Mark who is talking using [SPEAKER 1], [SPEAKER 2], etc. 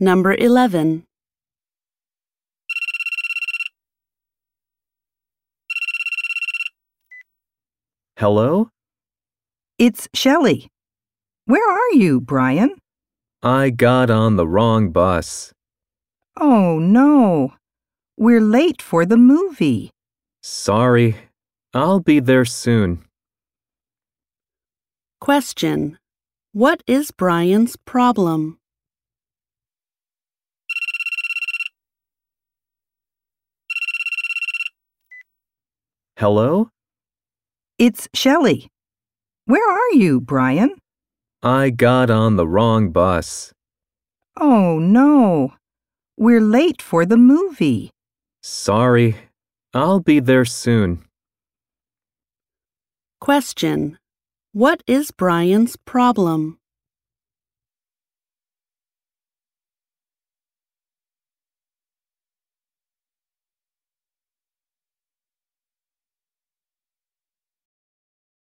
[SPEAKER 1] Number 11.
[SPEAKER 2] Hello?
[SPEAKER 3] It's Shelley. Where are you, Brian?
[SPEAKER 2] I got on the wrong bus.
[SPEAKER 3] Oh, no. We're late for the movie.
[SPEAKER 2] Sorry. I'll be there soon.
[SPEAKER 1] Question. What is Brian's problem?
[SPEAKER 2] Hello?
[SPEAKER 3] It's Shelley. Where are you, Brian?
[SPEAKER 2] I got on the wrong bus.
[SPEAKER 3] Oh, no. We're late for the movie.
[SPEAKER 2] Sorry. I'll be there soon.
[SPEAKER 1] Question. What is Brian's problem?